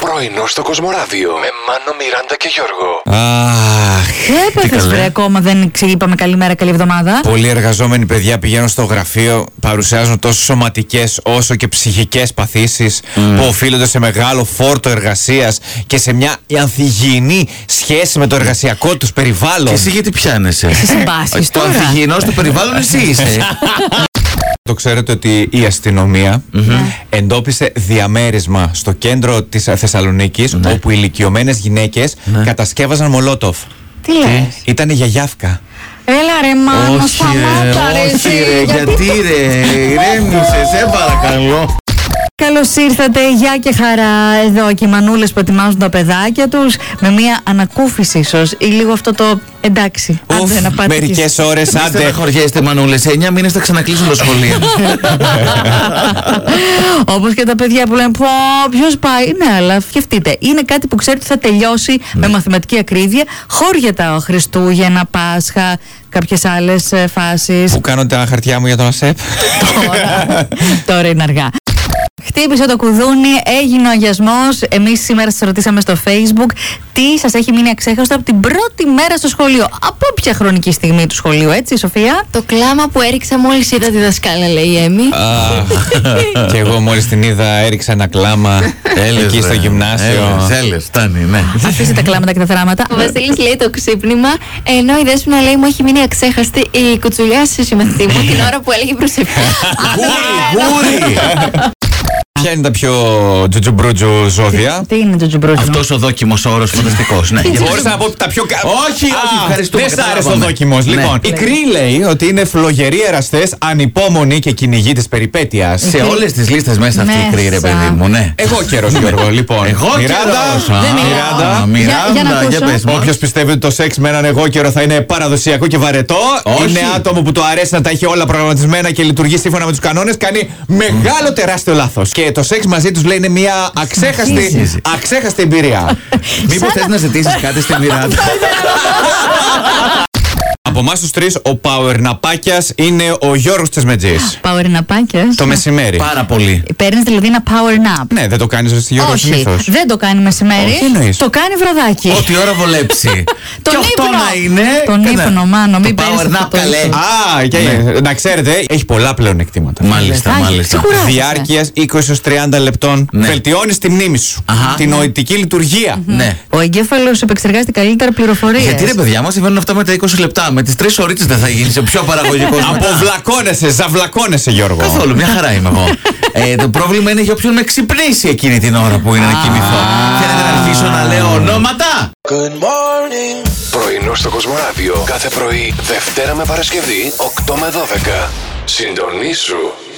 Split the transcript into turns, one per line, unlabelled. Πρωινό στο Κοσμοράδιο με Μάνο, Μιράντα και Γιώργο.
Αχ. τι
Έπεθε
καλέ.
βρε ακόμα, δεν ξε- είπαμε καλημέρα, καλή εβδομάδα.
Πολλοί εργαζόμενοι παιδιά πηγαίνουν στο γραφείο, παρουσιάζουν τόσο σωματικές όσο και ψυχικές παθήσεις
Ναι.
που οφείλονται σε μεγάλο φόρτο εργασίας και σε μια ανθυγιεινή σχέση με το εργασιακό τους περιβάλλον.
Και εσύ γιατί πιάνεσαι.
συμπάσεις
Το
τώρα.
ανθυγιεινός του περιβάλλον εσύ είσαι.
Το ξέρετε ότι η αστυνομια εντόπισε διαμέρισμα στο κέντρο της Θεσσαλονίκης
Ναι.
όπου ηλικιωμένες γυναίκες κατασκεύαζαν μολότοφ.
Τι
Ε.
λες.
Ήταν η γιαγιάφκα.
Έλα ρε μάνο,
όχι
σταμάτα
ρε,
ρε
όχι ρε, γιατί ρε, ηρέμησε, σε παρακαλώ.
Καλώς ήρθατε, γεια και χαρά. Εδώ και οι μανούλες που ετοιμάζουν τα παιδάκια τους με μια ανακούφιση, ίσως ή λίγο αυτό το εντάξει. Άντε να πάτε. κι
μερικέ
εσείς.
ώρε,
Άντε.
άντε.
Στεναχωριέστε μανούλες, σε 9 μήνες θα ξανακλείσουν τα σχολεία.
Όπως και τα παιδιά που λένε Πω, ποιος πάει. Ναι, αλλά σκεφτείτε. Είναι κάτι που ξέρετε ότι θα τελειώσει
Ναι.
με μαθηματική ακρίβεια. Χώριατα ο Χριστούγεννα, Πάσχα, ε, κάποιες άλλες φάσεις.
Που κάνω τα χαρτιά μου για τον ΑΣΕΠ.
Τώρα. Τώρα είναι αργά. Χτύπησε το κουδούνι, έγινε ο αγιασμός. Εμείς σήμερα σας ρωτήσαμε στο Facebook τι σας έχει μείνει αξέχαστο από την πρώτη μέρα στο σχολείο. Από ποια χρονική στιγμή του σχολείου, έτσι, Σοφία.
Το κλάμα που έριξα μόλις είδα τη δασκάλα, λέει η Έμι.
Και εγώ μόλις την είδα έριξα ένα κλάμα εκεί στο γυμνάσιο.
Θέλε, φτάνει, ναι.
Αφήστε τα κλάματα και τα θράματα.
Ο Βασίλης λέει το ξύπνημα, ενώ η Δέσποινα λέει μου έχει μείνει αξέχαστη η κουτσουλιά στη συμμαθή μου την ώρα που έλεγε προσευχή.
Γούρι!
Ποια είναι τα πιο τζουτζουμπρούτζου ζώδια.
Τι είναι το τζουμπρούτζο.
Αυτός ο δόκιμος όρος φανταστικός. Ναι.
Μπορείς να πω τα πιο. κα-
Όχι,
Α,
όχι, ευχαριστούμε,
Δεν σ' άρεσε ο
καταλάβαμε.
δόκιμος.
Ναι.
Λοιπόν, η
Ναι.
Κρή λέει ότι είναι φλογεροί εραστέ, ανυπόμονοι και κυνηγοί της περιπέτειας.
Σε όλες τις λίστες μέσα αυτή η κρύη, ρε
Μέσα.
παιδί μου, ναι.
Εγώ καιρός, Γιώργο, λοιπόν.
Εγώ καιρός. Α,
Μιράντα,
Δεν μιλάω.
Μιράντα.
Για- για να
Μιράντα, για
ακούσω.
πες μας.
Όποιος πιστεύει ότι το σεξ με έναν εγώ καιρό θα είναι παραδοσιακό και βαρετό,
Όχι.
είναι άτομο που του αρέσει να τα έχει όλα προγραμματισμένα και λειτουργεί σύμφωνα με τους κανόνες, κάνει μεγάλο τεράστιο λάθος. Και το σεξ μαζί τους λέει είναι μια αξέχαστη,
Συνεχίζει.
αξέχαστη εμπειρία.
Μήπως θες να ζητήσεις κάτι στην Μιράντα.
Από εμάς τους τρεις, ο Παουερναπάκια είναι ο Γιώργος Τσεσμετζής.
Power napάκια.
το μεσημέρι.
Πάρα πολύ.
Παίρνεις δηλαδή ένα power nap.
Ναι, δεν το κάνεις εσύ, Γιώργο,
Όχι,
συνήθως.
δεν το κάνει μεσημέρι.
Όχι, εννοείς.
Το κάνει βραδάκι.
Ό,τι ώρα βολέψει.
Τον
Και αυτό
ύπνο.
να είναι.
Τον
καλά.
ύπνο, Μάνο, μην
Το
παίρνεις
power
αυτό
nap,
το
καλέ.
ύπνο.
Α, και,
Ναι.
να ξέρετε, έχει πολλά πλέον εκτίματα.
Μάλιστα,
Βραδάκι.
μάλιστα.
Ξεκουράζεσαι.
Διάρκειας 20-30 λεπτών.
Ναι.
Βελτιώνεις τη μνήμη σου.
Αχα.
Την νοητική λειτουργία.
Ναι.
Ο εγκέφαλος επεξεργάζεται καλύτερα πληροφορίες.
Γιατί ρε παιδιά μας συμβαίνουν αυτά με τα 20 λεπτά. Με τις 3 ώρε δεν θα γίνεις σε πιο παραγωγικός.
Αποβλακώνεσαι, ζαυλακώνεσαι, Γιώργο.
Καθόλου, μια χαρά είμαι εγώ. ε, το πρόβλημα είναι για όποιον με ξυπνήσει εκείνη την ώρα που είναι να κοιμηθώ. Θέλετε να αρχίσω να λέω ονόματα.
Πρωινό στο Κοσμοράδιο κάθε πρωί, Δευτέρα με Παρασκευή, 8 με 12. Συντονίσου